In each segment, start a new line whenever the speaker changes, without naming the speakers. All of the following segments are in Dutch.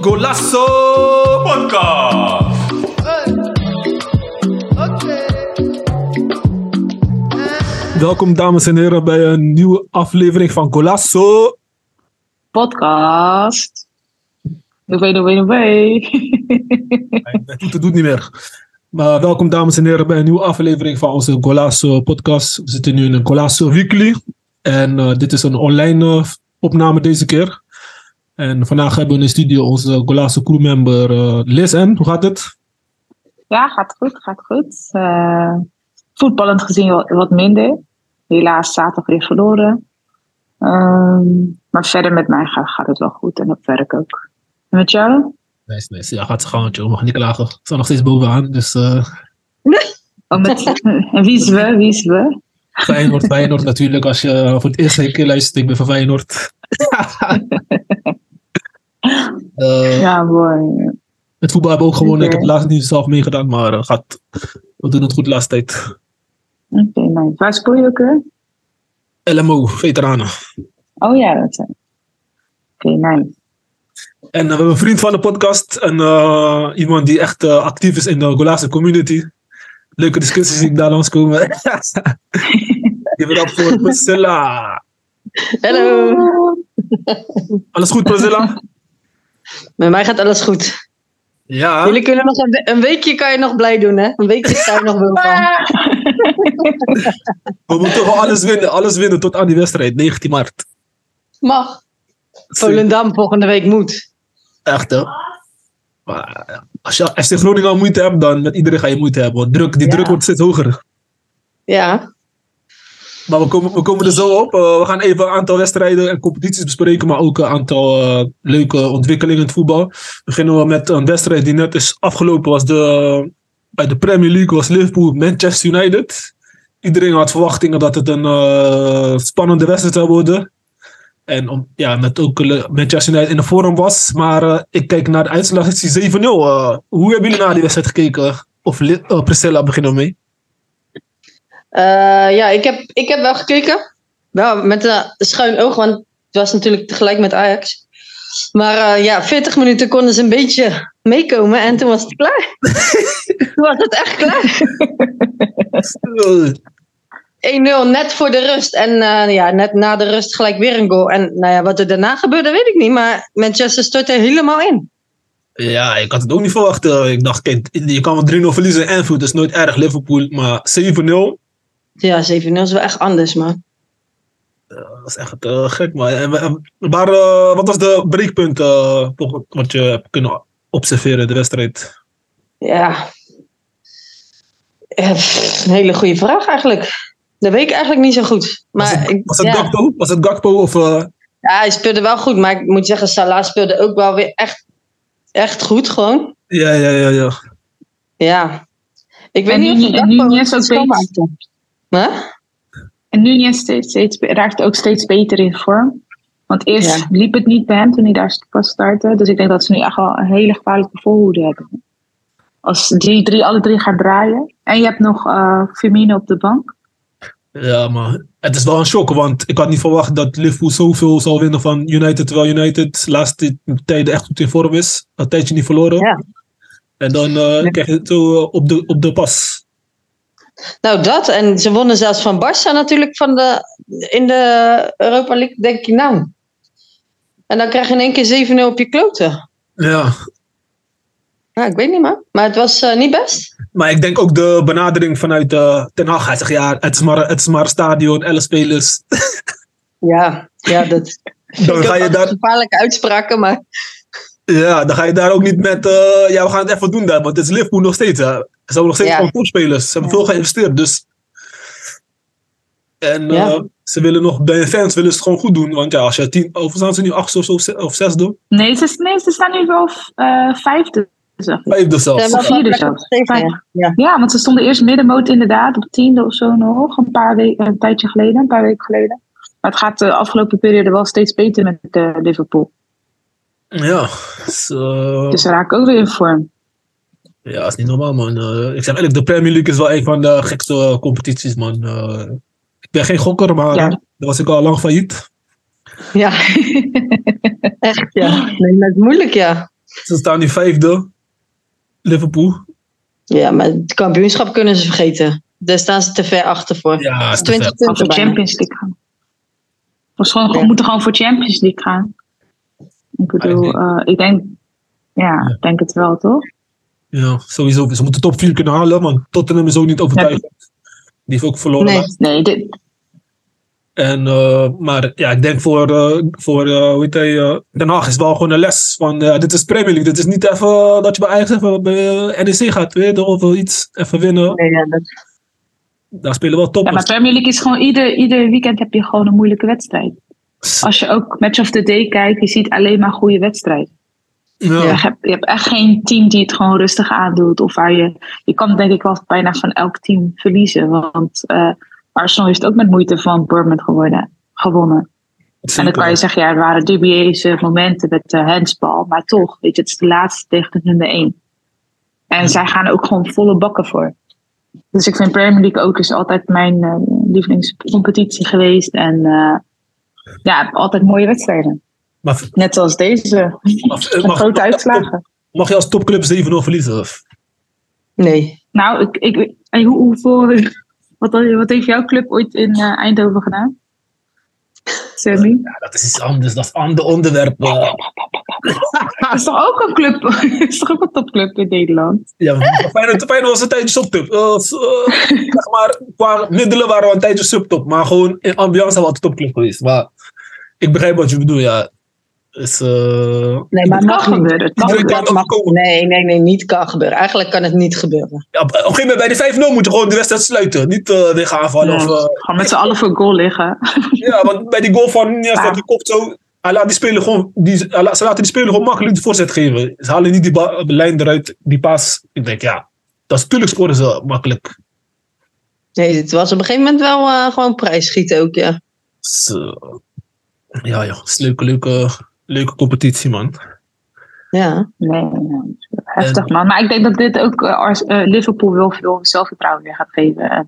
Golasso Podcast. Welkom dames en heren bij een nieuwe aflevering van Golasso.
Podcast. Doei, doei, doei.
Het doet niet meer. Maar welkom dames en heren bij een nieuwe aflevering van onze Golasso Podcast. We zitten nu in een Golasso Weekly. En eh, dit is een online eh, opname deze keer. En vandaag hebben we in de studio onze Golasso crewmember eh, Liz. En hoe gaat het?
Ja, gaat goed, gaat goed. Eh, voetballend gezien wat, wat minder. Helaas zaterdag weer verloren. Ehm, maar verder met mij gaat, gaat het wel goed en op werk ook. En met jou?
Nice, nice. Ja, gaat ze gaan, joh. Mag niet klagen. Ik sta nog steeds bovenaan. Dus eh
Oh, met, en wie is we? Wie is we?
Feyenoord, Feyenoord natuurlijk. Als je eh, voor het eerst keer luistert, ik ben van Feyenoord. Eh,
Ja, mooi.
Het voetbal hebben we ook gewonnen. Ik heb het laatst niet zelf meegedaan, maar eh, gaat, we doen het goed de laatste tijd.
Oké, nice. Waar speel je ook weer?
LMO, veteranen.
Oh ja, dat zijn. Oké, nou. nice.
En eh, we hebben een vriend van de podcast. En eh, iemand die echt eh, actief is in de Golaanse community. Leuke discussies die ik daar langskomen. Give it up voor Priscilla.
Hallo,
Alles goed, Priscilla?
met mij gaat alles goed.
Ja.
Jullie kunnen nog een, we- een weekje kan je nog blij doen, hè? Een weekje sta je nog wel van.
We moeten gewoon alles winnen. Alles winnen tot aan die wedstrijd, 19 maart.
Mag. Volendam volgende week moet.
Echt, hè? Maar ja, als je als FC Groningen al moeite hebt, dan met iedereen ga je moeite hebben. Want druk, die
Ja.
druk wordt steeds hoger.
Ja,
Maar we komen, we komen er zo op. Eh, we gaan even een aantal wedstrijden en competities bespreken, maar ook een aantal eh, leuke ontwikkelingen in het voetbal. Beginnen we met een wedstrijd die net is afgelopen. Was de, uit de Premier League was Liverpool Manchester United. Iedereen had verwachtingen dat het een eh, spannende wedstrijd zou worden. En om, ja, met ook Le- Manchester United in de vorm was. Maar eh, ik kijk naar de uitslag, het is 7-0. Eh, hoe hebben jullie naar die wedstrijd gekeken? Of Li- eh, Priscilla, beginnen we mee.
Eh, ja ik, heb, ik heb wel gekeken. Wel met een schuin oog, want het was natuurlijk tegelijk met Ajax. Maar eh, ja, 40 minuten konden ze een beetje meekomen en toen was het klaar. toen was het echt klaar. 1-0 net voor de rust. En eh, ja, net na de rust gelijk weer een goal. En nou ja, wat er daarna gebeurde, weet ik niet. Maar Manchester stortte helemaal in.
Ja, ik had het ook niet verwacht. Eh, Ik dacht, kijk, je kan wel 3-0 verliezen in Anfield. Dat is nooit erg, Liverpool. Maar 7-0,
Ja, 7-0 is wel echt anders, man.
dat is echt eh, gek. Maar en- en- maar, eh, wat was de breekpunt eh, volgens- wat je hebt kunnen observeren in de wedstrijd?
Ja. Eh, pff, Een hele goede vraag eigenlijk. Dat weet ik eigenlijk niet zo goed.
Was
Maar
het,
ik-
was het
ja.
Gakpo? Was het Gakpo? Of, eh,
ja, hij speelde wel goed. Maar ik moet zeggen, Salah speelde ook wel weer echt, echt goed gewoon.
ja, ja, ja, ja.
Ja. Ik weet
En
niet of
nu, en nu
Gakpo
Nunes ook
het
steeds,
schoonmaakte. Huh?
en Nunes steeds, steeds, raakt ook steeds beter in vorm. Want eerst
Ja.
liep het niet bij hem toen hij daar pas startte. Dus ik denk dat ze nu echt wel een hele gevaarlijke voorhoede hebben. Als die drie, alle drie gaan draaien. En je hebt nog eh Firmino op de bank.
Ja, maar het is wel een shock, want ik had niet verwacht dat Liverpool zoveel zal winnen van United, terwijl United de laatste tijden echt goed in vorm is. Een tijdje niet verloren.
Ja.
En dan eh, krijg je het zo eh, op de, op de pas.
Nou, dat. En ze wonnen zelfs van Barça natuurlijk van de, in de Europa League. Denk je nou. En dan krijg je in één keer 7-0 op je kloten.
Ja,
Ja, ik weet niet, man. Maar het was eh, niet best.
Maar ik denk ook de benadering vanuit eh, Ten Hag. Hij zegt, ja, het is maar, het is maar een stadion, elf spelers.
Ja, ja dat
Dan ga, je daar,
gevaarlijke uitspraken. Maar
ja, dan ga je daar ook niet met, eh, ja, we gaan het even doen daar. Want het is Liverpool nog steeds. Hè. Ze hebben nog steeds
Ja.
gewoon topspelers. Ze hebben veel geïnvesteerd, dus... En eh,
Ja.
ze willen nog, bij hun fans willen ze het gewoon goed doen. Want ja, als je tien, of staan ze nu acht of, zo, of, ze- of zesde?
Nee, ze, nee, ze staan nu wel eh, vijfde. zag ik.
Vijfde zelfs.
zijn wel
vierde
gevaarlijke
zelfs.
tegen. Ja.
Ja, want ze stonden eerst middenmoot inderdaad op tiende of zo nog. Een, paar we- een tijdje geleden, een paar weken geleden. Maar het gaat de afgelopen periode wel steeds beter met eh, Liverpool.
Ja, dus, eh,
Dus ze raken ook weer in vorm.
ja, is niet normaal, man. Eh, ik zeg eerlijk, de Premier League is wel een van de gekste eh, competities, man. Eh, ik ben geen gokker, maar
Ja.
dan was ik al lang failliet.
Ja, echt ja. Nee, maar het is moeilijk ja.
Ze staan nu vijfde. Liverpool.
Ja, maar het kampioenschap kunnen ze vergeten. Daar staan ze te ver achter voor.
Ja,
Het is
is te
20
vet.
Of
punten
voor
bijna.
Champions League gaan. We gewoon,
Ja.
moeten gewoon voor Champions League gaan. Ik bedoel, eh, ik denk, ja, ik denk het wel, toch?
ja, sowieso. Ze moeten top 4 kunnen halen, want Tottenham is ook niet overtuigend. Die heeft ook verloren.
Nee.
laatst.
Nee, dit,
En, eh, maar ja, ik denk voor, eh, voor eh, hoe heet hij, eh, Den Haag is wel gewoon een les. Van, eh, dit is Premier League. Dit is niet even eh, dat je bij Ajax even bij eh, NEC gaat winnen of wel iets. Even winnen.
Nee, ja, dat-
Daar spelen wel
ja, maar
toppers.
Premier League is gewoon ieder, ieder weekend heb je gewoon een moeilijke wedstrijd. Als je ook Match of the Day kijkt, je ziet alleen maar goede wedstrijden.
Ja.
Je, hebt, je hebt echt geen team die het gewoon rustig aandoet. Of waar je, je kan denk ik wel bijna van elk team verliezen. Want eh, Arsenal heeft ook met moeite van Bournemouth geworden, gewonnen. En dan
zeker.
kan je zeggen, ja, er waren dubieuze momenten met de handsbal. Maar toch, weet je, het is de laatste tegen de nummer één. En zij gaan er ook gewoon volle bakken voor. Dus ik vind Premier League ook is altijd mijn eh, lievelingscompetitie geweest. En eh, ja, altijd mooie wedstrijden.
Maar,
Net zoals deze.
maar-
Met
mag-
grote uitslagen.
Mag je als topclub 7-0 verliezen?
nee.
Nou, ik, ik, hey, hoe, hoeveel, wat, wat heeft jouw club ooit in eh, Eindhoven gedaan? Sammy?
Ja, dat is iets anders. Dat is een ander onderwerp. eh.
Dat is toch ook een club? is toch ook een topclub in Nederland?
Ja, maar Feyenoord, Feyenoord was een tijdje subtop. Eh, s- eh, zeg maar, qua middelen waren we een tijdje subtop. Maar gewoon in ambiance hadden we altijd topclub geweest. Maar ik begrijp wat je bedoelt, ja. Is, eh,
Nee, maar
Het
mag
kan
niet.
gebeuren, het kan
Dat
gebeuren.
mag- nee, nee, nee, niet kan gebeuren. Eigenlijk kan het niet gebeuren.
ja, op een gegeven moment bij de 5-0 moet je gewoon de wedstrijd sluiten. Niet eh, weer gaan aanvallen.
Ja,
Of, eh,
Gewoon met z'n allen voor goal liggen.
ja, want bij die goal van Nias
Ja.
op de kop zo. Hij laat die speler gewoon, die, hij laat- ze laten die speler gewoon makkelijk de voorzet geven. Ze halen niet die ba- lijn eruit, die paas. Ik denk, ja, dat is natuurlijk scoren ze makkelijk.
Nee, het was op een gegeven moment wel eh, gewoon prijsschieten ook, ja.
Zo. Ja, joh. Het is een leuke, leuke, leuke competitie, man.
Ja,
Nee, nee, heftig man. Maar ik denk dat dit ook eh, Ars- eh, Liverpool wel veel zelfvertrouwen weer gaat geven. En,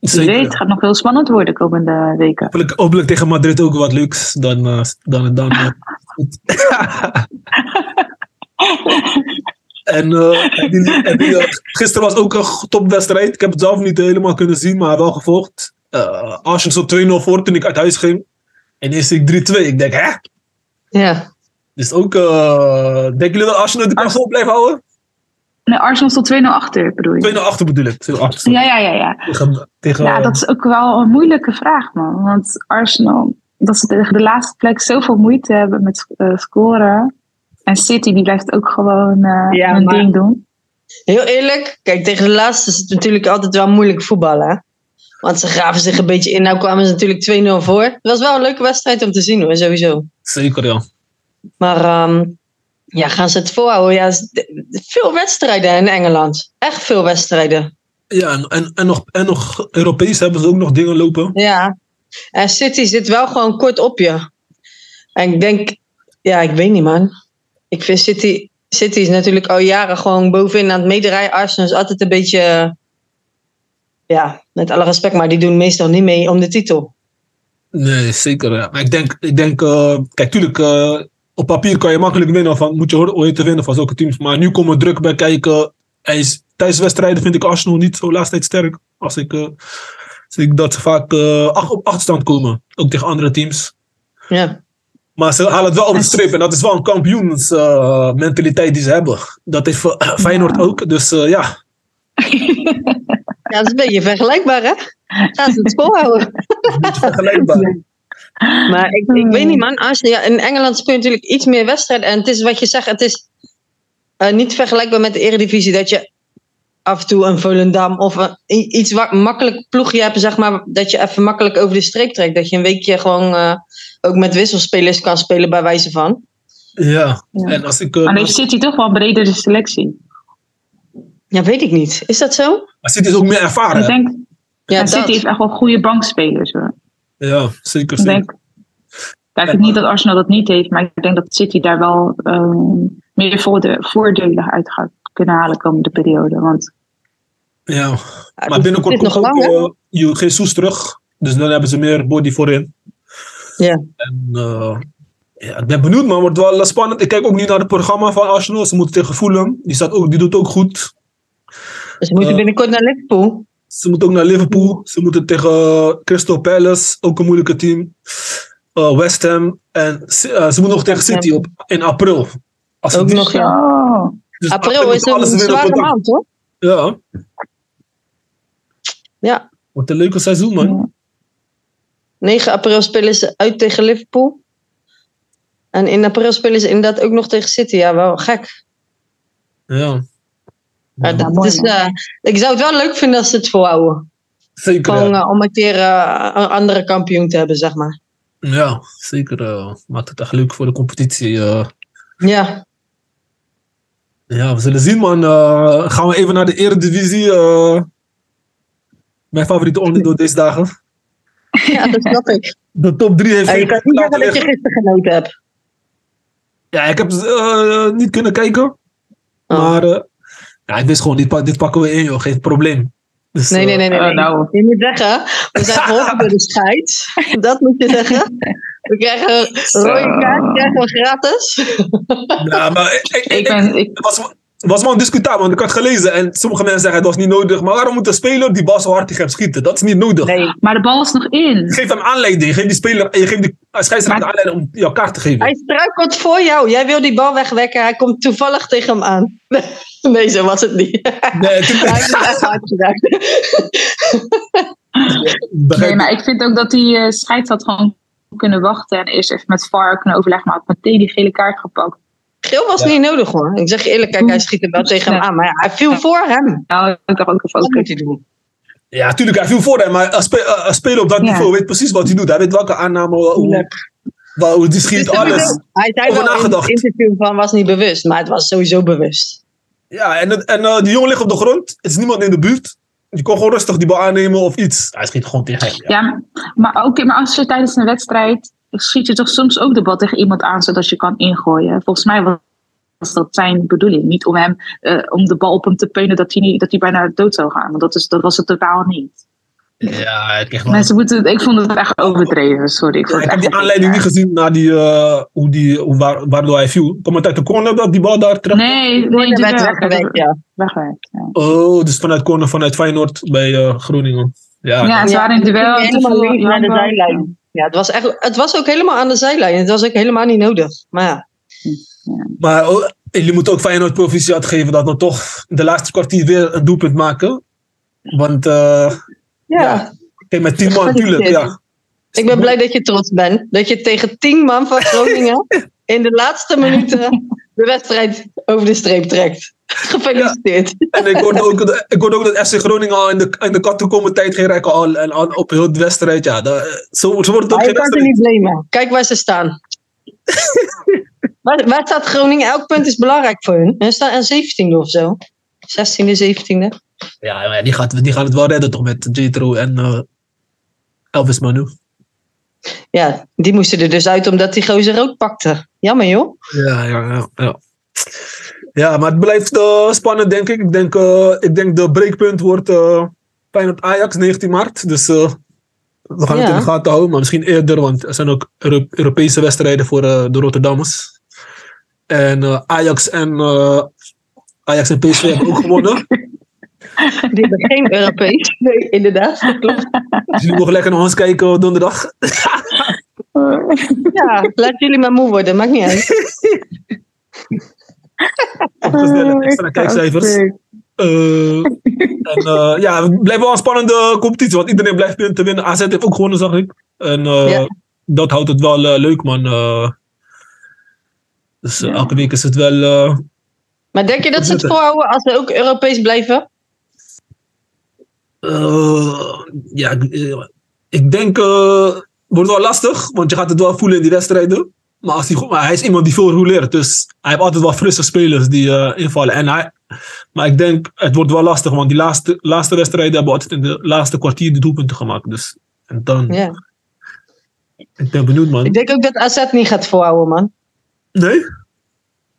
eh, wie weet, het gaat nog heel spannend worden de komende weken.
Hopelijk, hopelijk tegen Madrid ook wat leuks. Dan, eh, dan, dan eh, goed. en eh, en die- en die, eh, gisteren was ook een g- topwedstrijd. Ik heb het zelf niet helemaal kunnen zien, maar wel gevolgd. Eh Arsenal zo 2-0 voor toen ik uit huis ging. En eerst zie ik 3-2. Ik denk, hè?
ja.
Dus ook, eh denken jullie dat Arsenal de kans vol blijft houden?
Nee, Arsenal stond 2-0 achter, bedoel
2-0
je?
achter bedoel ik. 2-0 achter.
Ja, ja, ja, ja.
Tegen, tegen,
Ja, dat is ook wel een moeilijke vraag man. Want Arsenal, dat ze tegen de laatste plek zoveel moeite hebben met eh, scoren. En City, die blijft ook gewoon eh
Ja,
hun
maar-
ding doen.
Heel eerlijk, kijk, tegen de laatste is het natuurlijk altijd wel moeilijk voetballen. Hè? Want ze graven zich een beetje in. Nou kwamen ze natuurlijk 2-0 voor. Het was wel een leuke wedstrijd om te zien hoor, sowieso.
Zeker, ja.
Maar ehm, ja, gaan ze het volhouden? Ja, z- de- de- veel wedstrijden in Engeland. Echt veel wedstrijden.
Ja, en, en, en, nog, en nog Europees hebben ze ook nog dingen lopen.
Ja. En City zit wel gewoon kort op je. En ik denk, ja, ik weet niet man. Ik vind City, City is natuurlijk al jaren gewoon bovenin aan het meedraaien. Arsenal is altijd een beetje, eh, ja, met alle respect, maar die doen meestal niet mee om de titel.
Nee, zeker. Ja. Maar ik denk, ik denk eh, kijk, tuurlijk, eh, op papier kan je makkelijk winnen. Van, moet je hoor- hoor je te winnen van zulke teams. Maar nu komt er druk bij kijken. En is, tijdens wedstrijden vind ik Arsenal niet zo laatst tijd sterk. Als ik, eh, zie ik dat ze vaak eh, ach- op achterstand komen. Ook tegen andere teams.
Ja,
Maar ze halen het wel over de streep. En dat is wel een kampioensmentaliteit eh, die ze hebben. Dat heeft eh, Feyenoord ook. Dus eh, ja,
ja dat is een beetje vergelijkbaar hè. Gaan ze het volhouden?
niet vergelijkbaar.
Maar ik, ik weet niet, man. Als, ja, in Engeland speel je natuurlijk iets meer wedstrijden. En het is wat je zegt, het is eh, niet vergelijkbaar met de Eredivisie. Dat je af en toe een Volendam of een, i- iets wat makkelijk ploegje hebt, zeg maar. Dat je even makkelijk over de streep trekt. Dat je een weekje gewoon eh, ook met wisselspelers kan spelen, bij wijze van.
Ja.
Ja.
En als ik, eh,
Maar heeft City toch wel een bredere selectie.
Ja, weet ik niet. Is dat zo?
maar City is ook meer ervaren.
Ik
hè?
denk,
Ja,
en City
dat.
heeft echt wel goede bankspelers hoor.
Ja, zeker. zeker.
Ik denk, kijk, ik denk niet dat Arsenal dat niet heeft, maar ik denk dat City daar wel ehm, meer voorde- voordelen uit gaat kunnen halen komende periode. Want
Ja,
Ja,
maar
dus het
binnenkort
is nog
komt
lang,
ook
hè?
eh, Ju- Jesus terug. Dus dan hebben ze meer body voorin.
Ja.
En, eh, ja, ik ben benieuwd, man. Wordt wel eh, spannend. Ik kijk ook nu naar het programma van Arsenal. Ze moeten tegen Fulham. Die, staat ook, die doet ook goed.
Dus we moeten
Eh.
binnenkort naar Liverpool.
Ze moeten ook naar Liverpool. Ze moeten tegen eh, Crystal Palace, ook een moeilijke team. Eh, West Ham. En Si- eh, ze moeten nog tegen City op, in april. Als ze
Ook
die-
nog, ja.
Oh.
dus
April is
moet alles
een
weer op
zware
het dak.
maand, hoor.
Ja,
Ja,
wat een leuke seizoen, man.
Ja.
9 april spelen ze uit tegen Liverpool. En in april spelen ze inderdaad ook nog tegen City. Ja, wel gek.
Ja.
Maar
Ja,
dat
mooi,
is,
man.
eh, ik zou het wel leuk vinden als ze het volhouden.
zeker.
Gewoon
ja.
eh, om een keer eh, een andere kampioen te hebben, zeg maar.
Ja, zeker. eh, maakt het echt leuk voor de competitie. eh.
Ja,
ja, we zullen zien, man. Eh, gaan we even naar de Eredivisie. eh. mijn favoriete onderdoor deze dagen.
ja dat snap ik.
De top 3 heeft
En je
geen
kan niet
laten
zeggen dat je
liggen.
gisteren genoten hebt.
Ja, ik heb eh, niet kunnen kijken.
Oh.
Maar eh, ja, ik wist gewoon, dit, pa- dit pakken we in, joh. Geen probleem. Dus,
Nee,
eh,
nee, nee, nee.
Oh,
nee.
nou.
Je moet zeggen, we zijn geholpen door de scheids. Dat moet je zeggen. We krijgen een rode kaart, krijgen we gratis.
ja, maar ik, ik,
Ik
ik-
ben, ik,
het was, het was wel een discutabel, want ik had gelezen. En sommige mensen zeggen, het was niet nodig. Maar waarom moet een speler die bal zo hard tegen hem schieten? Dat is niet nodig.
Nee,
maar de bal is nog in.
Geef hem aanleiding. Geef die speler, je geeft die eh, scheidsrechter de aanleiding om jouw kaart te geven.
Hij struikelt voor jou. Jij wil die bal wegwekken. Hij komt toevallig tegen hem aan. Nee, zo was het niet.
Nee, toen-
Hij heeft het echt hard gedaan.
begrijp
Nee,
ik.
maar ik vind ook dat die eh scheids had gewoon kunnen wachten en eerst even met VAR kunnen overleggen, maar had meteen die gele kaart gepakt.
Geel was
Ja.
niet nodig hoor. Ik zeg je eerlijk, kijk, hij schiet hem wel tegen hem aan. Maar ja, hij viel voor hem.
Nou, ik dacht ook even,
Wat
oké.
moet hij doen?
Ja, tuurlijk, hij viel voor hem. Maar een, spe- eh, een speler op dat
Ja.
niveau weet precies wat hij doet. Hij weet welke aanname, hoe, waar- hoe die schiet,
Dus dat
alles.
bedoel- Hij zei
Over
wel in
nagedacht.
het interview van was niet bewust. Maar het was sowieso bewust.
Ja, en, het- en eh, die jongen ligt op de grond. Er is niemand in de buurt. Je kon gewoon rustig die bal aannemen of iets. Hij schiet gewoon tegen hem. Ja.
Ja, maar oké, maar als je tijdens een wedstrijd schiet je toch soms ook de bal tegen iemand aan zodat je kan ingooien. Volgens mij was- was dat zijn bedoeling, niet om hem eh, om de bal op hem te peunen dat hij niet, dat hij bijna dood zou gaan, want dat is dat was het totaal niet.
Ja, hij kreeg wel-
Mensen moeten, ik vond het echt overdreven. Sorry, ik, vond
Ja, ik
het
heb
echt
die aanleiding niet
erg.
gezien naar die, eh, hoe die, hoe, waar, waardoor hij viel. Komt het uit de corner dat die bal daar terug?
Nee, nee,
Toen
die
werd
weg-
weggewerkt, ja.
weggewerkt, ja.
Oh, dus vanuit corner vanuit Feyenoord bij eh, Groningen. Ja,
Ja, ze
Ja,
waren in
en toen
duel.
ging je
toen
helemaal
viel
links naar de
Jan Bal-
zijlijn. Ja, het was, echt, het was ook helemaal aan de zijlijn. Het was ook helemaal niet nodig. Maar ja,
Maar oh, jullie moeten ook Feyenoord proficiat geven dat we toch de laatste kwartier weer een doelpunt maken. Want eh
ja.
Ja. kijk, met 10 man, tuurlijk. Ja.
ik ben blij dat je trots bent. Dat je tegen tien man van Groningen in de laatste minuten de wedstrijd over de streep trekt. Gefeliciteerd.
En ik hoorde, ook, ik hoorde ook dat FC Groningen al in de, in de kat toekomende tijd ging rekken al, en al op heel de wedstrijd. Ja, dat, eh, zo, zo wordt het ook
Maar je
geen
kan ze
wedstrijd.
niet blamen. Kijk waar ze staan. waar, waar staat Groningen? Elk punt is belangrijk voor hun. Hun staan aan 17e of zo. 16e, 17e.
Ja, maar die, gaat, die gaan het wel redden toch met Jetro en eh, Elvis Manu.
Ja, die moesten er dus uit omdat die gozer rood pakte. Jammer joh.
Ja, ja, ja. ja. Ja, maar het blijft eh, spannend, denk ik. Ik denk, eh, ik denk de breekpunt wordt eh Feyenoord Ajax 19 maart. Dus eh, we gaan het
Ja.
in de gaten houden. Maar misschien eerder, want er zijn ook Euro- Europese wedstrijden voor eh, de Rotterdammers. En eh, Ajax, en, eh, Ajax en PSV hebben ook gewonnen.
Die hebben geen Europees. Nee, inderdaad. Dat klopt.
Dus jullie mogen lekker naar ons kijken op donderdag.
Ja, laat jullie maar moe worden. Maakt niet uit.
Gezellig, extra kijkcijfers. Eh, en eh, ja, het blijft wel een spannende competitie, want iedereen blijft punten winnen. AZ heeft ook gewonnen, zag ik. En eh,
Ja.
dat houdt het wel eh, leuk, man. Eh, dus eh,
Ja.
elke week is het wel... eh,
Maar denk je dat ze het volhouden als ze ook Europees blijven?
eh, ja, ik- eh, ik denk... eh, het wordt wel lastig, want je gaat het wel voelen in die wedstrijden. Maar, als hij, goed- maar hij is iemand die veel roleert, dus hij heeft altijd wel frisse spelers die eh, invallen. En hij, maar ik denk, het wordt wel lastig, want die laatste, laatste wedstrijden hebben altijd in de laatste kwartier de doelpunten gemaakt. Dus, en dan...
Ja.
Ik ben benieuwd,
Ik
man.
denk ook dat AZ niet gaat volhouden, man.
Nee?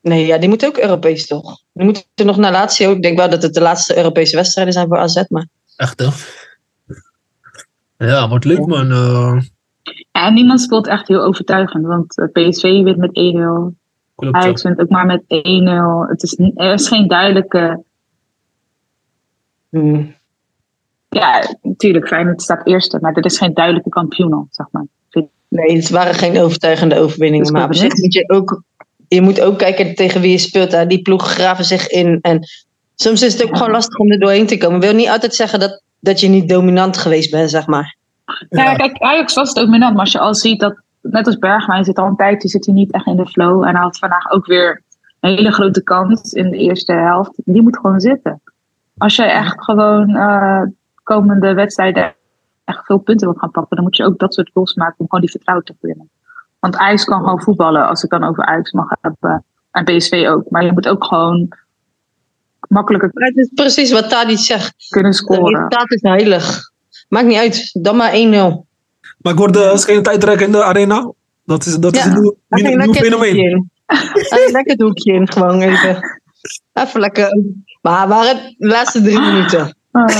Nee, ja, die moet ook Europees toch? Die moeten nog naar Lazio. Ik denk wel dat het de laatste Europese wedstrijden zijn voor AZ. Maar
Echt, hè? Ja, wordt leuk man. Eh,
En niemand speelt echt heel overtuigend, want eh, PSV wint met 1-0.
klopt ja.
Ajax wint ook maar met 1-0. Het is, ni- er is geen duidelijke... Ja, natuurlijk, Feyenoord staat eerste, maar er is geen duidelijke kampioen al, zeg maar.
Nee, het waren geen overtuigende overwinningen.
Dus
Maar op
klopt
zich moet je ook, je moet ook kijken tegen wie je speelt. Hè. Die ploegen graven zich in. En soms is het ook
Ja.
gewoon lastig om er doorheen te komen. wil niet altijd zeggen dat, dat je niet dominant geweest bent, zeg maar.
Nou Ja, kijk, Ajax was het ook minder, maar als je al ziet dat, net als Bergwijn zit al een tijdje, zit hij niet echt in de flow. En hij had vandaag ook weer een hele grote kans in de eerste helft. Die moet gewoon zitten. Als je echt gewoon eh, komende wedstrijden echt veel punten wilt gaan pakken, dan moet je ook dat soort goals maken om gewoon die vertrouwen te winnen. Want Ajax kan gewoon voetballen, als ik dan over Ajax mag hebben. En PSV ook. Maar je moet ook gewoon makkelijker
Maar het is precies wat Tadic zegt.
kunnen
De
scoren.
resultaat is heilig. Maakt niet uit. Dan maar 1-0.
Maar ik hoorde uh, geen tijdrek in de arena. Dat is, dat is
Ja.
een nieuw,
Laat
nieuw-
een
nieuw
lekker
fenomeen.
doekje in. Laat een lekker doekje in, gewoon even. Even lekker. Maar waren het de laatste drie minuten.
Eh,
De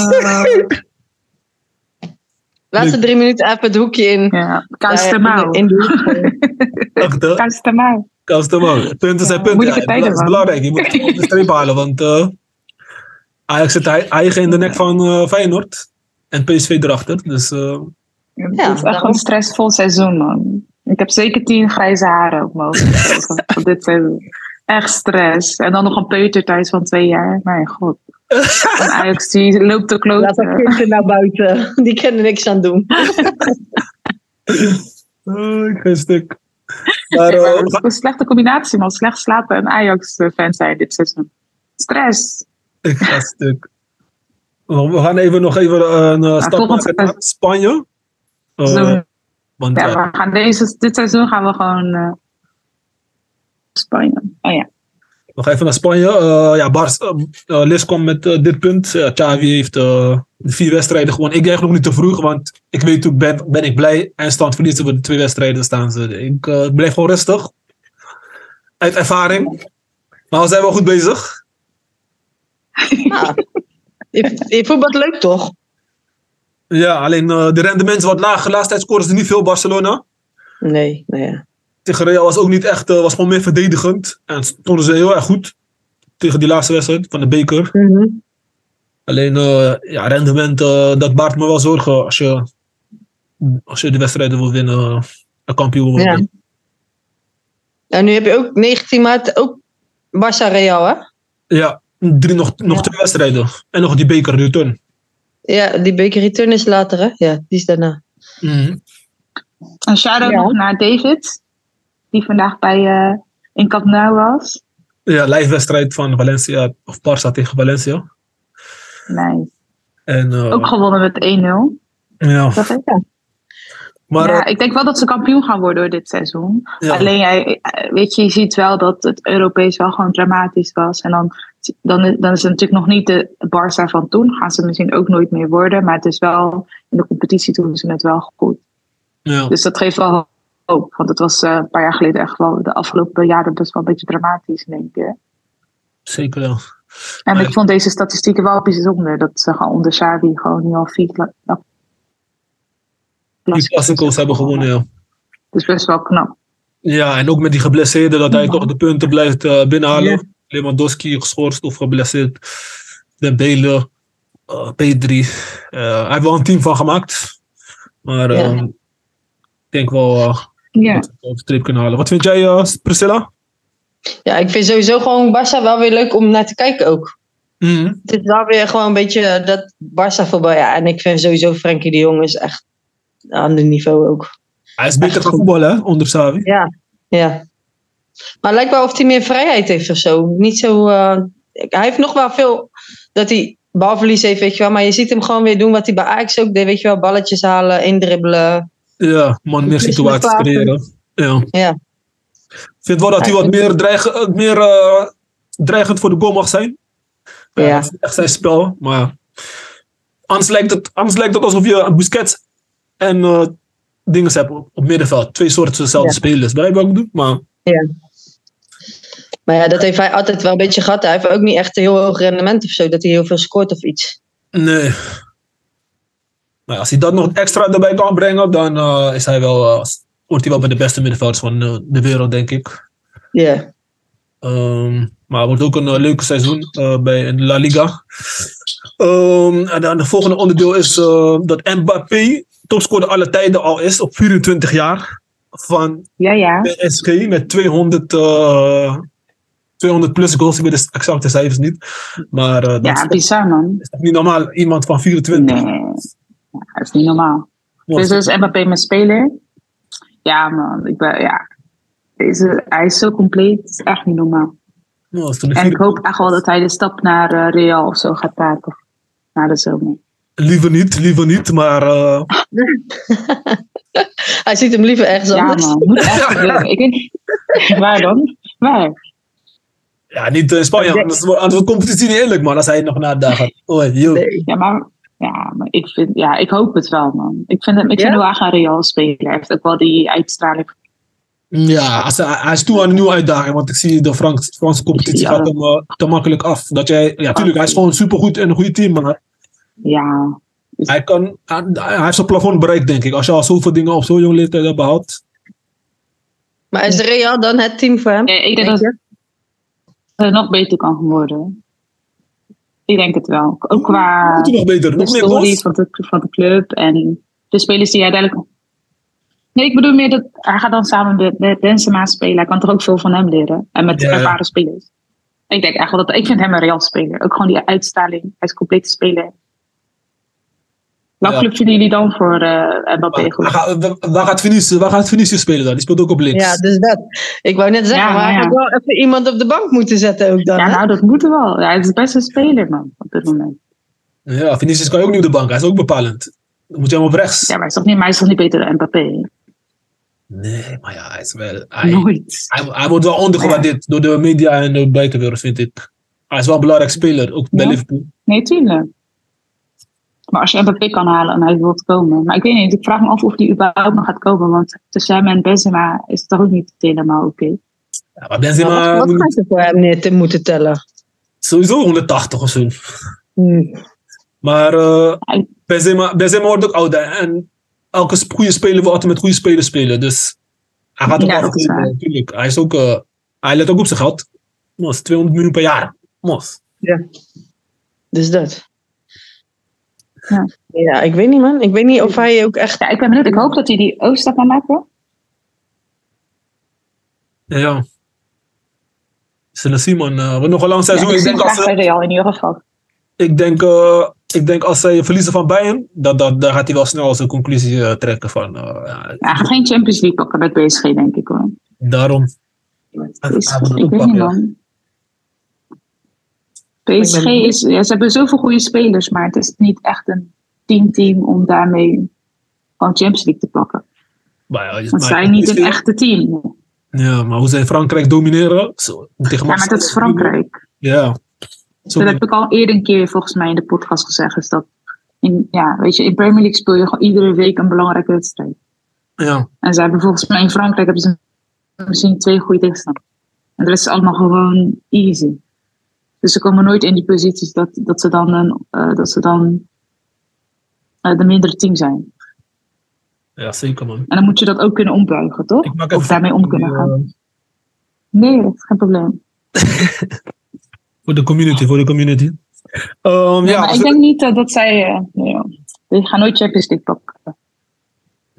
laatste drie minuten even het hoekje in.
ja, Kous de
Ja,
mouw.
in de hoek.
Echt, hè?
Kous de mouw.
Kans te maken. Punten zijn punten.
moeilijke
Ja,
tijden,
dat is
man.
belangrijk. Je moet op de streep halen. Want eh, Ajax zit ei- eigen in de nek van eh, Feyenoord. En PSV erachter. Dus eh,
Ja,
Ja,
het is echt
daarom.
een stressvol seizoen, man. Ik heb zeker tien grijze haren op mijn hoofd gekregen van dit seizoen. Echt stress. En dan nog een peuter thuis van twee jaar. Mijn god. En Ajax die loopt de
Laat dat
kloten.
kindje naar buiten. Die kan er niks aan doen.
eh, ik ga een stuk. Maar eh,
Maar
we
het is
gaan-
Een slechte combinatie, man. Slecht slapen en Ajax-fan zijn dit seizoen. Stress.
ik ga een stuk. We we gaan even nog even eh, een eh, stap
volgend
maken naar
seizoen-
Spanje. Eh,
Seizoen.
want eh,
Ja,
ja,
we gaan deze, dit seizoen gaan we gewoon eh, Spanje. Oh ja.
Nog even naar Spanje. Eh, ja, Bars, eh, eh, Lis kwam met eh, dit punt. Ja, Xavi heeft eh, de vier wedstrijden gewonnen. Ik eigenlijk nog niet te vroeg, want ik weet hoe ik ben, ben ik blij. En stand verliezen we de twee wedstrijden staan ze. Ik eh, blijf gewoon rustig. Uit ervaring. Maar we zijn wel goed bezig.
Ja. Je, je voetbalt leuk toch?
Ja, alleen eh, de rendement is wat laag. De laatste tijd scoren ze niet veel Barcelona.
Nee, nou ja.
Tegen Real was ook niet echt, eh, was gewoon meer verdedigend. En stonden ze heel erg goed. Tegen die laatste wedstrijd van de beker.
Mhm.
Alleen eh, ja, rendement, eh, dat baart me wel zorgen als je, als je de wedstrijden wil winnen, eh, een kampioen wil
Ja.
winnen.
En nu heb je ook 19 maart ook Barça Real, hè?
Ja, drie, nog, nog
Ja.
twee wedstrijden. En nog die beker return.
Ja, die beker return is later, hè? Ja, die is daarna.
Een shout-out
Ja.
nog naar David. Die vandaag bij eh, in Camp Nou was.
Ja, live wedstrijd van Valencia, of Barça tegen Valencia.
Nice.
En, eh,
Ook gewonnen met 1-0.
ja.
Dat is-
Maar
ja,
eh,
ik denk wel dat ze kampioen gaan worden door dit seizoen.
ja,
Alleen jij, eh, weet je, je ziet wel dat het Europees wel gewoon dramatisch was. En dan, dan, dan is het natuurlijk nog niet de Barça van toen. Gaan ze misschien ook nooit meer worden. Maar het is wel, in de competitie doen ze het wel goed.
ja.
Dus dat geeft wel hoop. Want het was eh, een paar jaar geleden echt wel, de afgelopen jaren best wel een beetje dramatisch, denk ik. hè.
zeker wel.
En
Nee.
ik vond deze statistieken wel bijzonder. Dat ze gewoon onder Xavi gewoon nu al vier... kla- ja,
Die klassico's hebben gewonnen, ja.
Dat is Dus best wel knap.
Ja, en ook met die geblesseerde, dat hij
Mhm.
Ja.
toch de punten blijft eh, binnenhalen. Lewandowski geschorst of geblesseerd. Dembele, eh, P3. Eh, hij heeft wel een team van gemaakt. Maar
Ja.
ehm, ik denk wel eh,
Ja.
dat we het over de streep kunnen halen. Wat vind jij, eh, Priscilla?
Ja, ik vind sowieso gewoon Barça wel weer leuk om naar te kijken ook. Het is wel weer gewoon een beetje eh, dat Barça voetbal. Ja, en ik vind sowieso Frenkie de Jong is echt aan de niveau ook.
Hij is beter
Echt
gaan
goed.
voetballen hè, onder Savi.
Ja. Maar het lijkt wel of hij meer vrijheid heeft of zo. Niet zo. eh, hij heeft nog wel veel dat hij balverlies heeft, weet je wel. Maar je ziet hem gewoon weer doen wat hij bij Ajax ook deed, weet je wel. Balletjes halen, indribbelen.
Ja, man, meer
is met
situaties
Klaassen.
creëren. Ja.
Ja.
Ik vind wel dat hij wat meer, dreig, eh, meer eh, dreigend voor de goal mag zijn. Ja,
Ja.
Dat is echt zijn spel. Maar anders lijkt het, anders lijkt het alsof je Busquets en eh dingen hebt op, op middenveld. Twee soorten dezelfde
Ja.
spelers. Begrijp je wat ik bedoel? Maar
Maar ja, dat heeft hij altijd wel een beetje gehad. Hij heeft ook niet echt een heel hoog rendement of zo, dat hij heel veel scoort of iets.
nee. Maar Nou als hij dat nog extra erbij kan brengen, dan eh, is hij wel, eh, hoort hij wel bij de beste middenvelders van eh, de wereld, denk ik.
Ja.
Ehm, maar het wordt ook een eh, leuke seizoen eh, bij in La Liga. Ehm, en dan het volgende onderdeel is eh, dat Mbappé topscorer alle tijden al is op 24 jaar van
Ja, ja.
PSG met 200, eh, 200 plus goals. Ik weet de exacte cijfers niet. Maar eh, dat is
Ja,
toch-
bizar man.
is toch niet normaal. Iemand van Nou, 24.
Nee, ja, dat is niet normaal. Dus dat is Mbappé mijn speler. Ja man, ik ben, ja. Deze, hij is zo compleet, het is echt niet normaal.
Ja, nou, is toen de
En ik
vierde-
hoop echt wel dat hij de stap naar eh, Real of zo gaat maken. Naar de zomer.
Liever niet, liever niet. Maar eh,
Hij ziet hem liever ergens
Ja
anders.
man, moet echt gebeuren. Ik weet niet- Waar dan? Waar?
ja, niet in Spanje. Anders wordt anders wordt de competitie niet eerlijk, man. Als hij nog naar daar gaat. Oh, joh.
Nee.
Ja, maar, ja, maar ik, vind, ja, ik hoop het wel man. Ik vind hem, ik vind
Ja?
hem wel echt een Real speler. Hij heeft ook wel die uitstraling.
Ja, als hij, hij is toe aan een nieuwe uitdaging. Want ik zie de Frank- Franse competitie
Ja.
gaat hem eh, te makkelijk af. Dat jij, ja, tuurlijk, hij is gewoon supergoed en een goede team. Maar
Ja,
hij, kan, hij, hij heeft zijn plafond bereikt, denk ik. Als je al zoveel dingen op zo'n jonge leeftijd hebt behaald.
Maar is Real dan het team voor hem?
Ja, ik denk
Denk
dat
je?
het Eh, nog beter kan worden. Ik denk het wel. Ook qua
Moet hij nog beter?
de
Nog meer
story
goals?
van de, van de club en de spelers die hij uiteindelijk... Nee, ik bedoel meer dat hij gaat dan samen met, met Benzema spelen. Hij kan toch ook veel van hem leren. En met
Ja.
ervaren spelers. Ik denk eigenlijk wel dat... Ik vind hem een real speler. Ook gewoon die uitstraling. Hij is een complete speler. Welke
Ja.
club vinden jullie dan voor eh Mbappé
Waar
goed?
gaat- Waar gaat Vinicius- waar gaat Vinicius spelen dan? Die speelt ook op links.
Ja, dus dat. Ik wou net zeggen,
Ja,
maar
nou
hij
ja.
had wel even iemand op de bank moeten zetten ook dan.
Ja,
hè?
nou, dat moet er wel. Hij is best een speler, man. Op dit moment.
Ja, Vinicius kan je ook niet op de bank. Hij is ook bepalend. Dan moet je hem op rechts.
Ja, maar hij is toch niet, maar hij is toch niet beter dan Mbappé?
Nee, maar ja, hij is wel... Hij,
Nooit.
hij, hij wordt wel ondergewaardeerd door de media en de buitenwereld, vind ik. Hij is wel een belangrijk speler, ook bij
Ja.
Liverpool.
Nee, tuurlijk. Maar als je Mbappé kan halen en hij wil komen. Maar ik weet niet, ik vraag me af of die überhaupt nog gaat komen. Want tussen hem en Benzema is het toch ook niet helemaal oké.
Ja, maar Benzema
Wat-
moet-
Wat gaat er voor hem neer te moeten tellen?
Sowieso 180 of zo.
Hm.
Maar eh
Hij-
Benzema, Benzema wordt ook ouder. En elke sp- goede speler wil altijd met goede spelers spelen. Dus hij gaat ook
Ja,
af.
dat is waar.
Natuurlijk. Hij, is ook, eh, hij let ook op zijn geld. Mos, 200 miljoen per jaar. Mos.
Dus dat.
Ja.
Ja, ik weet niet man. Ik weet niet of hij ook echt...
Ja, ik ben benieuwd. Ik hoop dat hij die overstap kan maken.
Ja, Ja. Zullen zien, man. Eh, we hebben nog een lang
Ja,
seizoen.
ik
ik,
zie
denk
hem
als,
graag bij
ze-
Real in ieder geval.
ik, denk, eh, ik denk als zij verliezen van Bayern, dat, dat, daar gaat hij wel snel zijn conclusie eh, trekken van. eh, ja,
Ja, hij gaat geen Champions League pakken met PSG, denk ik hoor.
daarom.
Dus,
hij moet het
ik weet
oppakken,
niet
ja.
man. PSG is, ja, ze hebben zoveel goede spelers, maar het is niet echt een teamteam om daarmee gewoon Champions League te pakken.
Maar, ja,
Want
maar-
zij niet een echte team.
Ja, maar hoe zij Frankrijk domineren. Zo, tegen
Ja, maar dat is Frankrijk.
Ja. Zo,
Dat heb ik al eerder een keer volgens mij in de podcast gezegd. Is dat in, ja, weet je, in Premier League speel je gewoon iedere week een belangrijke wedstrijd.
ja.
En ze hebben volgens mij in Frankrijk hebben ze misschien twee goede tegenstanders. En de rest is allemaal gewoon easy. Dus ze komen nooit in die posities dat, dat ze dan, een, eh, dat ze dan eh, de mindere team zijn.
ja, zeker man.
En dan moet je dat ook kunnen ombuigen, toch?
Ik maak even eh,
Of daarmee om kunnen gaan. Nee, dat is geen probleem.
Voor de community, voor de community. Ehm, ja,
maar
als
ik
we-
denk niet eh, dat zij... eh, nee, joh. die gaan nooit Champions League pakken.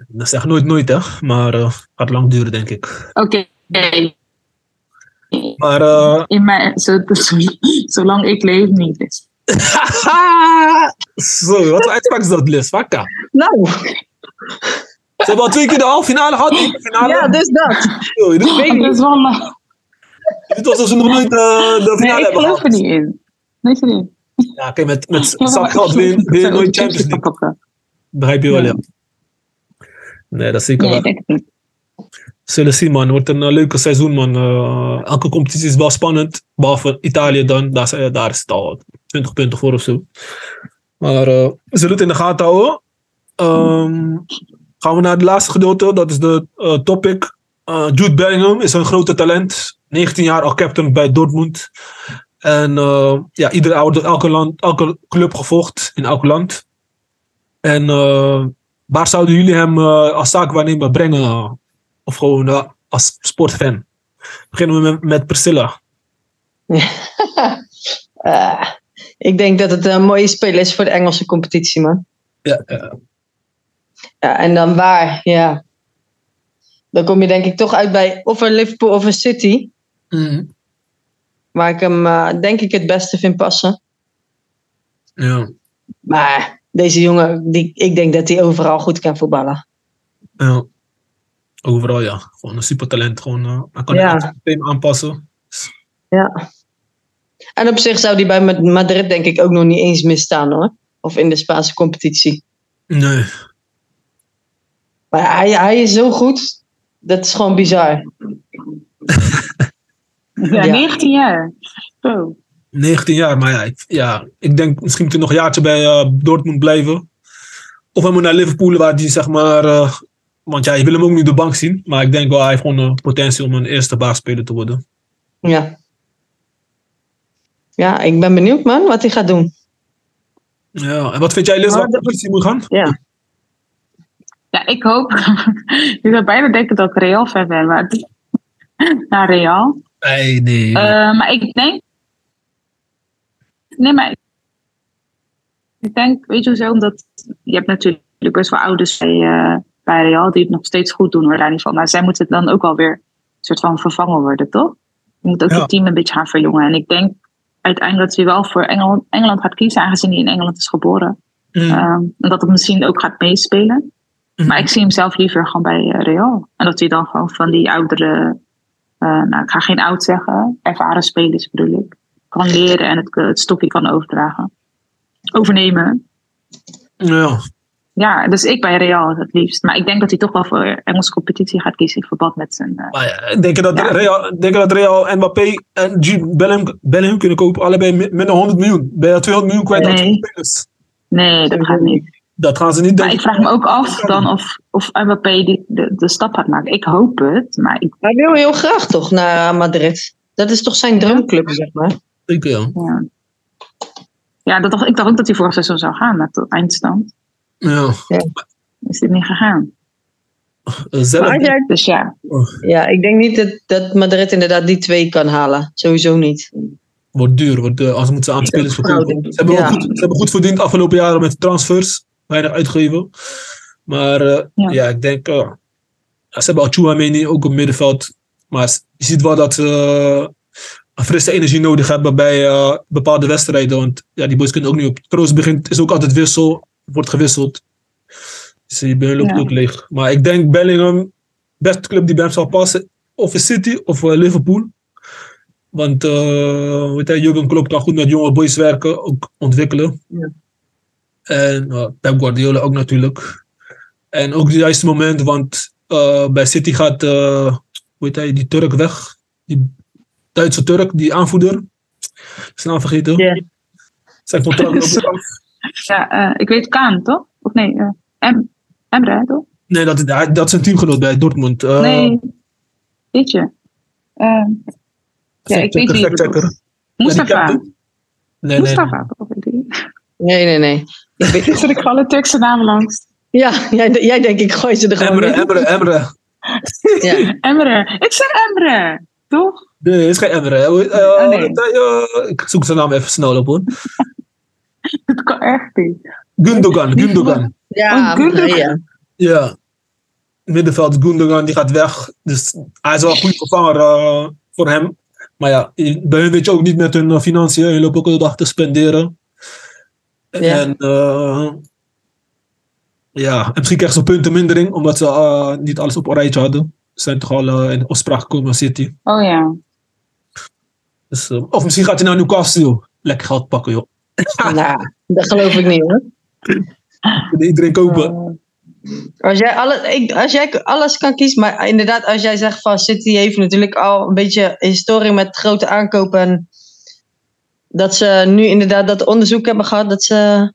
dat zeg nooit nooit hè. Maar eh gaat lang duren denk ik.
Oké.
Maar eh,
In mijn, zo, zo- zolang ik leef niet.
zo, wat voor uitspraak is dat Liz? Vakka.
Nou,
Ze hebben al twee keer de halve finale gehad. De finale.
ja, dus dat.
Yo, je doet-
weet niet.
Dat is wel... eh,
je doet alsof ze nog nooit eh, de finale
Nee, ik
hebben
geloof
gehad.
er niet in. Nee, serieus.
Ja, kijk, met, met
Ja,
zak
maar
geld
ik
win
geloof
win je
dat ze
nooit
ook de
Champions League.
pakken.
Begrijp je wel,
Nee.
ja. Nee, dat is zeker
Nee,
waar.
ik denk het niet.
zullen zien, man. Het wordt een eh, leuke seizoen, man. Eh, elke competitie is wel spannend. Behalve Italië dan. Daar, zijn- daar is het al 20 punten voor of zo. Maar eh, we zullen het in de gaten houden. Ehm, gaan we naar het laatste gedeelte. Dat is de eh, topic. Eh, Jude Bellingham is een grote talent. 19 jaar al captain bij Dortmund. En eh, ja, iedereen wordt door elke, land, elke club gevolgd in elk land. En eh, waar zouden jullie hem eh, als zaakwaarnemer brengen? Of gewoon eh, als sportfan? Beginnen we met, met Priscilla.
Eh, ik denk dat het een mooie speler is voor de Engelse competitie, man.
Ja, eh,
Ja, en dan waar, ja. Dan kom je denk ik toch uit bij of een Liverpool of een City.
Mhm.
Waar ik hem eh, denk ik het beste vind passen.
ja,
Maar deze jongen, die, ik denk dat hij overal goed kan voetballen.
ja. Overal ja. Gewoon een supertalent. Gewoon, eh, hij kan
Ja.
het systeem aanpassen.
En op zich zou die bij Ma- Madrid denk ik ook nog niet eens misstaan hoor. Of in de Spaanse competitie.
Nee.
Maar hij, hij is zo goed. Dat is gewoon bizar.
Ja,
Ja.
19 jaar. Zo.
19 jaar, maar ja, ik, ja, ik denk misschien moet hij nog een jaartje bij eh, Dortmund blijven. Of hij moet naar Liverpool, waar die zeg maar. eh, want ja, je wil hem ook nu de bank zien. Maar ik denk wel, hij heeft gewoon eh, potentie om een eerste baasspeler te worden.
Ja. Ja, ik ben benieuwd man wat hij gaat doen.
Ja, en wat vind jij, Liz,
Maar
waar de
dat-
positie moet gaan?
Ja, ik hoop. ik zou bijna denken dat ik Real fan ben, maar. Naar Real.
Nee, nee.
Eh, maar ik denk. Nee, maar. Ik denk, weet je hoezo? Omdat je hebt natuurlijk best wel ouders bij, eh, bij Real die het nog steeds goed doen, hoor, daar niet van. Maar zij moeten dan ook alweer een soort van vervangen worden, toch? Je moet ook
Ja.
het team een beetje gaan verjongen. En ik denk uiteindelijk dat hij wel voor Engeland, Engeland gaat kiezen, aangezien hij in Engeland is geboren.
Mm,
Ehm, en dat het misschien ook gaat meespelen. Maar ik zie hem zelf liever gewoon bij eh, Real. En dat hij dan gewoon van die oudere, eh, nou ik ga geen oud zeggen, ervaren spelers bedoel ik, kan leren en het, eh, het stokje kan overdragen. Overnemen.
ja.
Ja, dus ik bij Real het liefst. Maar ik denk dat hij toch wel voor Engelse competitie gaat kiezen in verband met zijn. eh,
Maar ja, ik denk dat,
Ja.
Real, ik denk dat Real, Mbappé en Jude Bellingham, Bellingham kunnen kopen. Allebei mi- minder 100 miljoen. Ben je 200 miljoen kwijt aan
Nee.
spelers?
nee, dat gaat niet.
Dat gaan ze niet
Maar
doen.
ik vraag me ook af dan of, of Mbappé die, de, de stap gaat maken. Ik hoop het, maar ik,
Hij wil heel graag toch naar eh, Madrid. Dat is toch zijn droomclub, zeg maar.
Zeker, ja.
ja. Ja, dat dacht, ik dacht ook dat hij vorig seizoen zou gaan, maar tot eindstand
ja.
is dit niet gegaan.
Eh, Zelf,
Maar jij-
Dus ja,
Ja, ik denk niet dat, dat Madrid inderdaad die twee kan halen. Sowieso niet.
wordt duur. Wordt duur. Als moeten ze aan spelers verkopen.
verhouding.
Ze hebben, wel
Ja.
goed, ze hebben goed verdiend afgelopen jaren met transfers. Weinig uitgegeven. Maar eh, ja.
Ja.
ik denk... eh, ja, ze hebben Achuameni ook op middenveld. Maar s- je ziet wel dat ze eh, een frisse energie nodig hebben bij eh, bepaalde wedstrijden. Want ja, die boys kunnen ook niet op. Kroos begint, is ook altijd wissel. Wordt gewisseld. Dus je bent loopt
Ja.
ook leeg. Maar ik denk Bellingham, beste club die bij hem zal passen. Of is City of eh, Liverpool. Want eh weet je, Jurgen Klopp kan goed met jonge boys werken, ook ontwikkelen.
Ja.
En eh, Pep Guardiola ook natuurlijk. En ook het juiste moment, want eh, bij City gaat eh, hoe heet hij, die Turk weg. Die Duitse Turk, die aanvoerder. Snel vergeten.
Ja.
Zijn contract loopt ook af.
Ja, eh, ik weet Kaan, toch? Of nee, eh, em, Emre, toch?
Nee, dat, hij- dat is een teamgenoot bij Dortmund. Eh,
nee, weet je. Eh, ja, ik weet
factchecker,
wie je
factchecker.
bedoelt.
Ja, die
Mustafa.
captain. Nee, nee.
Mustafa, toch? Weet ik.
Nee, nee, nee. Ik weet-
Zit ik alle Turkse namen langs?
ja, jij, jij denk ik gooi ze er gewoon
Emre,
in.
Emre, Emre.
Ja.
Emre. Ik zeg Emre, toch?
Nee, het is geen Emre. Eh,
Oh, nee.
eh, ik zoek zijn naam even snel op hoor.
Dat kan echt niet.
Gundogan, Gundogan.
Ja,
Oh, Gundogan.
ja.
Ja. Middenveld Gundogan, die gaat weg. Dus hij is wel een goede vervanger eh, voor hem. Maar ja, bij hun weet je ook niet met hun eh, financiën. Je loopt ook de dag te spenderen.
Ja.
En eh, ja, en misschien krijgen ze een puntenmindering, omdat ze eh, niet alles op een rijtje hadden. Ze zijn toch al eh, in opspraak gekomen met City.
Oh ja.
Dus, eh, of misschien gaat hij naar Newcastle. Lekker geld pakken, joh.
Nou, dat geloof ik niet hoor.
Kunnen iedereen kopen.
Eh, Als jij, alles, ik, als jij alles kan kiezen, maar inderdaad, als jij zegt van City heeft natuurlijk al een beetje historie met grote aankopen. En dat ze nu inderdaad dat onderzoek hebben gehad, dat ze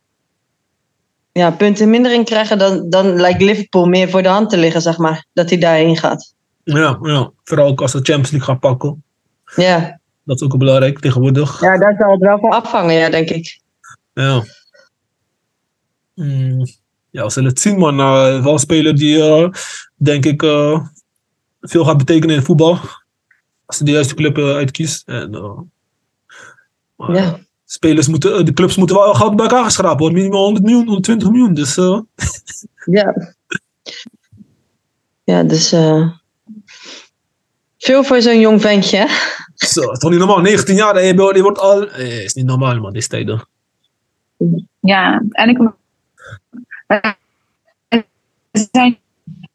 ja, punten mindering krijgen, dan, dan lijkt Liverpool meer voor de hand te liggen, zeg maar. Dat hij daarheen gaat.
Ja, ja, vooral ook als ze de Champions League gaan pakken.
Ja,
Dat is ook belangrijk tegenwoordig.
ja daar zal het wel van afhangen, ja, denk ik.
Ja. Mm. Ja, we zullen het zien, man. Eh, wel een speler die, eh, denk ik, eh, veel gaat betekenen in voetbal. Als ze de juiste club eh, uitkiest. En, eh, maar,
Ja.
Spelers moeten, eh, de clubs moeten wel goud bij elkaar geschrapen worden. Minimaal 100 miljoen, 120 miljoen. Dus eh,
Ja. Ja, dus. eh, veel voor zo'n jong ventje. hè?
zo, het is toch niet normaal. 19 jaar, eh, bro, die wordt al... Eh, is niet normaal, man, deze tijden.
Ja, en ik. We zijn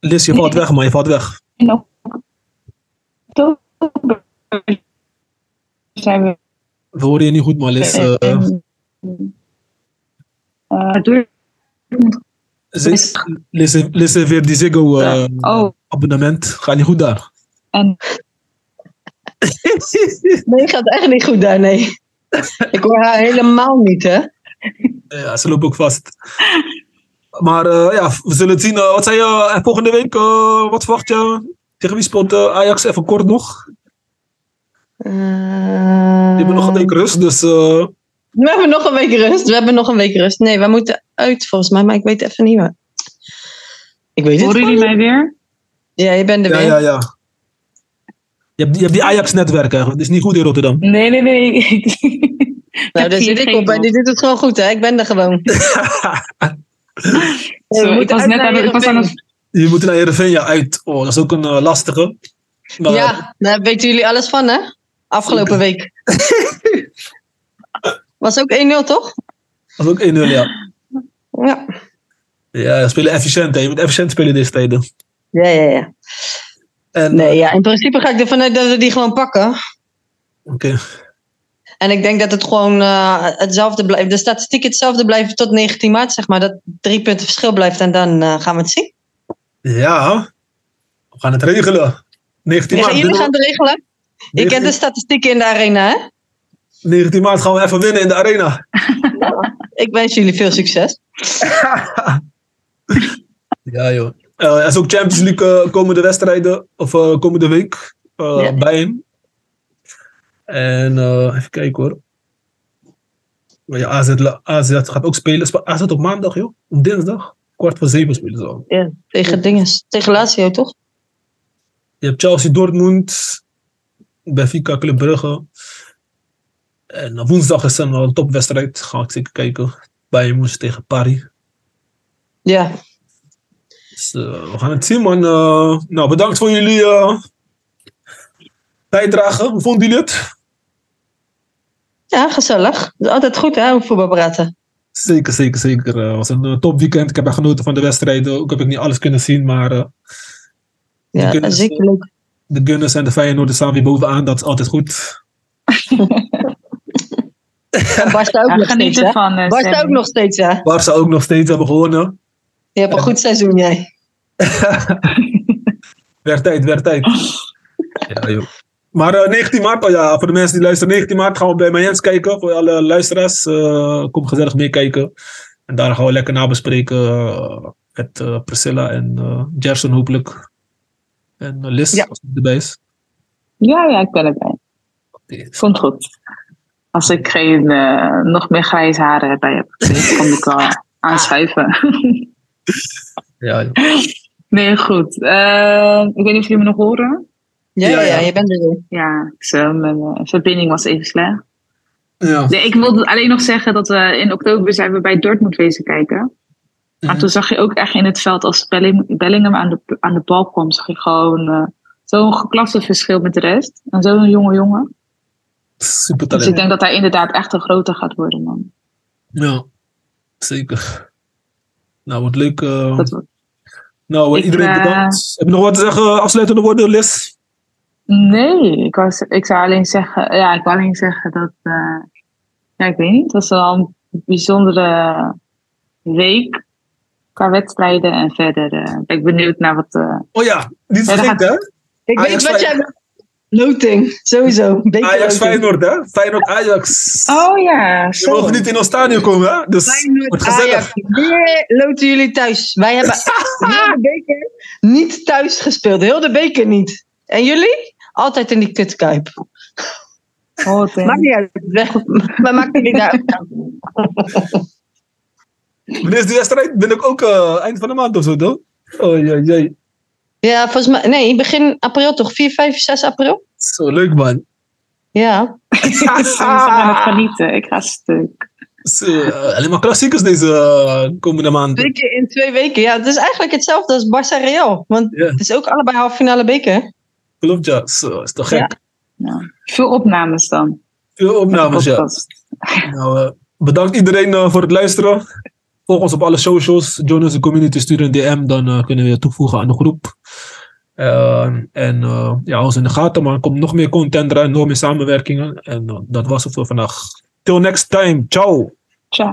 Liz, je valt weg, man. Je valt weg.
in oktober. Zijn we.
We horen je niet goed, man, Liz. eh,
Eh, door-
Liz, Liz, heeft- Liz heeft weer die euh,
oh,
Ziggo-abonnement. Gaat niet goed daar.
en
Nee, gaat echt niet goed daar, nee. Ik hoor haar helemaal niet, hè?
Ja, ze lopen ook vast. Maar eh, ja, we zullen het zien. Eh, wat zei je eh, volgende week? eh, wat verwacht je? Tegen wie speelt eh, Ajax even kort nog?
Eh,
Die hebben
Ehm,
nog een week rust, dus eh,
We hebben nog een week rust. We hebben nog een week rust. Nee, we moeten uit volgens mij, maar ik weet even niet waar. Ik weet het
horen
gewoon
jullie mij weer?
niet. Ja, je bent er
ja,
weer.
ja, ja. Je hebt, die- je hebt die Ajax-netwerken. Dat is niet goed in Rotterdam.
Nee, nee, nee.
Nou, daar zit ik op en die doet het gewoon goed, hè? Ik ben er gewoon. Nee, we
Sorry, ik
moeten
was
uit
net
naar
aan, het- ik was aan
Heerenveen.
het.
Je moet naar Heerenveen ja, uit. Oh, dat is ook een eh, lastige. Maar, eh,
Ja, daar weten jullie alles van, hè? Afgelopen week. Was ook 1-0, toch?
Dat is ook 1-0, ja.
Ja.
Ja, ze spelen efficiënt. Hè. Je moet efficiënt spelen deze tijden.
Ja, ja, ja.
En,
Nee, ja. In principe ga ik ervan uit dat we die gewoon pakken.
Oké.
En ik denk dat het gewoon eh, hetzelfde blijft. De statistiek hetzelfde blijven tot 19 maart, zeg maar. Dat drie punten verschil blijft en dan eh, gaan we het zien.
Ja, we gaan het regelen. 19
Ja,
maart.
jullie
dit-
gaan het regelen. Je kent de
19
statistieken in de arena, hè?
19 maart gaan we even winnen in de arena.
Ik wens jullie veel succes.
Ja, joh. Eh, er is ook Champions League eh, komende wedstrijden, of eh, komende week, eh
Ja.
bij hem. En eh, even kijken hoor. Maar Ja, AZ, la- AZ gaat ook spelen. Spe- AZ op maandag, joh. Op dinsdag. Kwart voor zeven spelen ze al.
Tegen dinges. Tegen Lazio, toch?
Je hebt Chelsea Dortmund, Benfica Club Brugge. En woensdag is dan wel een topwedstrijd. Ga ik zeker kijken. Bayern München tegen Paris.
Ja.
Dus, eh, we gaan het zien, man. Eh, nou, bedankt voor jullie eh, bijdrage. Hoe vonden jullie het?
Ja, gezellig. Dat is altijd goed, hè? Om voetbal praten.
Zeker, zeker, zeker. Eh, Het was een top topweekend. Ik heb echt genoten van de wedstrijden. Ook heb ik niet alles kunnen zien, maar eh,
Ja,
kunnen ze-
zeker leuk.
de Gunners en de Feyenoord staan weer bovenaan. Dat is altijd goed.
En Barca ook
Ja,
nog steeds,
geniet
hè?
ervan. eh,
Barca ook
Sammy.
nog steeds, hè?
Barca ook nog steeds hebben gewonnen.
Je hebt een goed seizoen, jij.
Werd tijd, werd tijd. ja, joh. Maar eh, 19 maart, oh ja, voor de mensen die luisteren, 19 maart gaan we bij Mayens kijken. Voor alle luisteraars, eh, kom gezellig meekijken. En daar gaan we lekker nabespreken eh, met eh, Priscilla en eh Gerson hopelijk. En eh, Liz,
Ja.
als die erbij is.
Ja, ja, ik ben erbij.
Die-
Komt goed. Als ik geen, eh, nog meer grijze haren erbij heb, kom ik
Ah.
wel aanschuiven.
Ja, joh.
Nee, goed. Eh, ik weet niet of jullie me nog horen.
Ja,
Ja,
ja,
ja.
je bent er weer.
Ja, ik, eh, mijn eh, verbinding was even slecht.
ja.
Nee, ik wilde alleen nog zeggen dat we in oktober zijn we bij Dortmund wezen kijken. Maar
Mhm.
toen zag je ook echt in het veld als Belling- Bellingham aan de, aan de bal kwam, zag je gewoon eh, zo'n klassenverschil met de rest. En zo'n jonge jongen.
Super
Dus ik
talent.
denk dat hij inderdaad echt een grote gaat worden, man.
Ja, zeker. Nou, wat leuk. eh.
Dat wordt-
nou, eh,
Ik,
iedereen
eh,
bedankt. Heb je nog wat te zeggen? Afsluitende woorden, Liz?
Nee, ik, was, ik zou alleen zeggen, ja, ik wou alleen zeggen dat, eh, ja, ik weet niet, het was wel een bijzondere week qua wedstrijden en verder. eh, ben ik benieuwd naar wat. eh,
Oh ja, niet
Ja, dat
vergeten, hè?
Ik
Ajax
weet wat jij... Loting, sowieso.
Ajax
Bekerloting.
Feyenoord, hè? Feyenoord Ajax.
oh ja,
Je mogen niet in ons stadion komen, hè? Dus wordt gezellig.
Ajax. Weer loten jullie thuis. Wij hebben heel de beker niet thuis gespeeld. Heel de beker niet. En jullie? Altijd in die kutkuip.
Oh, wat een-
Maakt niet uit. Wij, wij maken jullie daar ook aan.
Wanneer is die wedstrijd? Ben ik ook eh, eind van de maand of zo, toch? Oh jee, jee.
Ja, volgens mij. Nee, begin april toch? 4, 5, 6 april?
Zo leuk, man.
Ja.
Ik ben
Ah.
het genieten. Ik ga stuk.
Zo, eh, alleen maar klassiekers deze eh, komende maand.
Twee keer in twee weken. Ja, het is eigenlijk hetzelfde als Barça Real. Want
Ja.
het is ook allebei halve finale beker.
Klopt, ja. Zo, is toch gek.
Ja.
Nou, veel opnames dan.
Veel opnames, ja.
Podcast.
Nou, eh, bedankt iedereen eh, voor het luisteren. Volg ons op alle socials. Join onze community, stuur een DM. Dan eh, kunnen we je toevoegen aan de groep. Eh, en eh ja, hou ons in de gaten. Maar er komt nog meer content eruit, nog meer samenwerkingen. En eh, dat was het voor vandaag. Till next time. Ciao.
Ciao.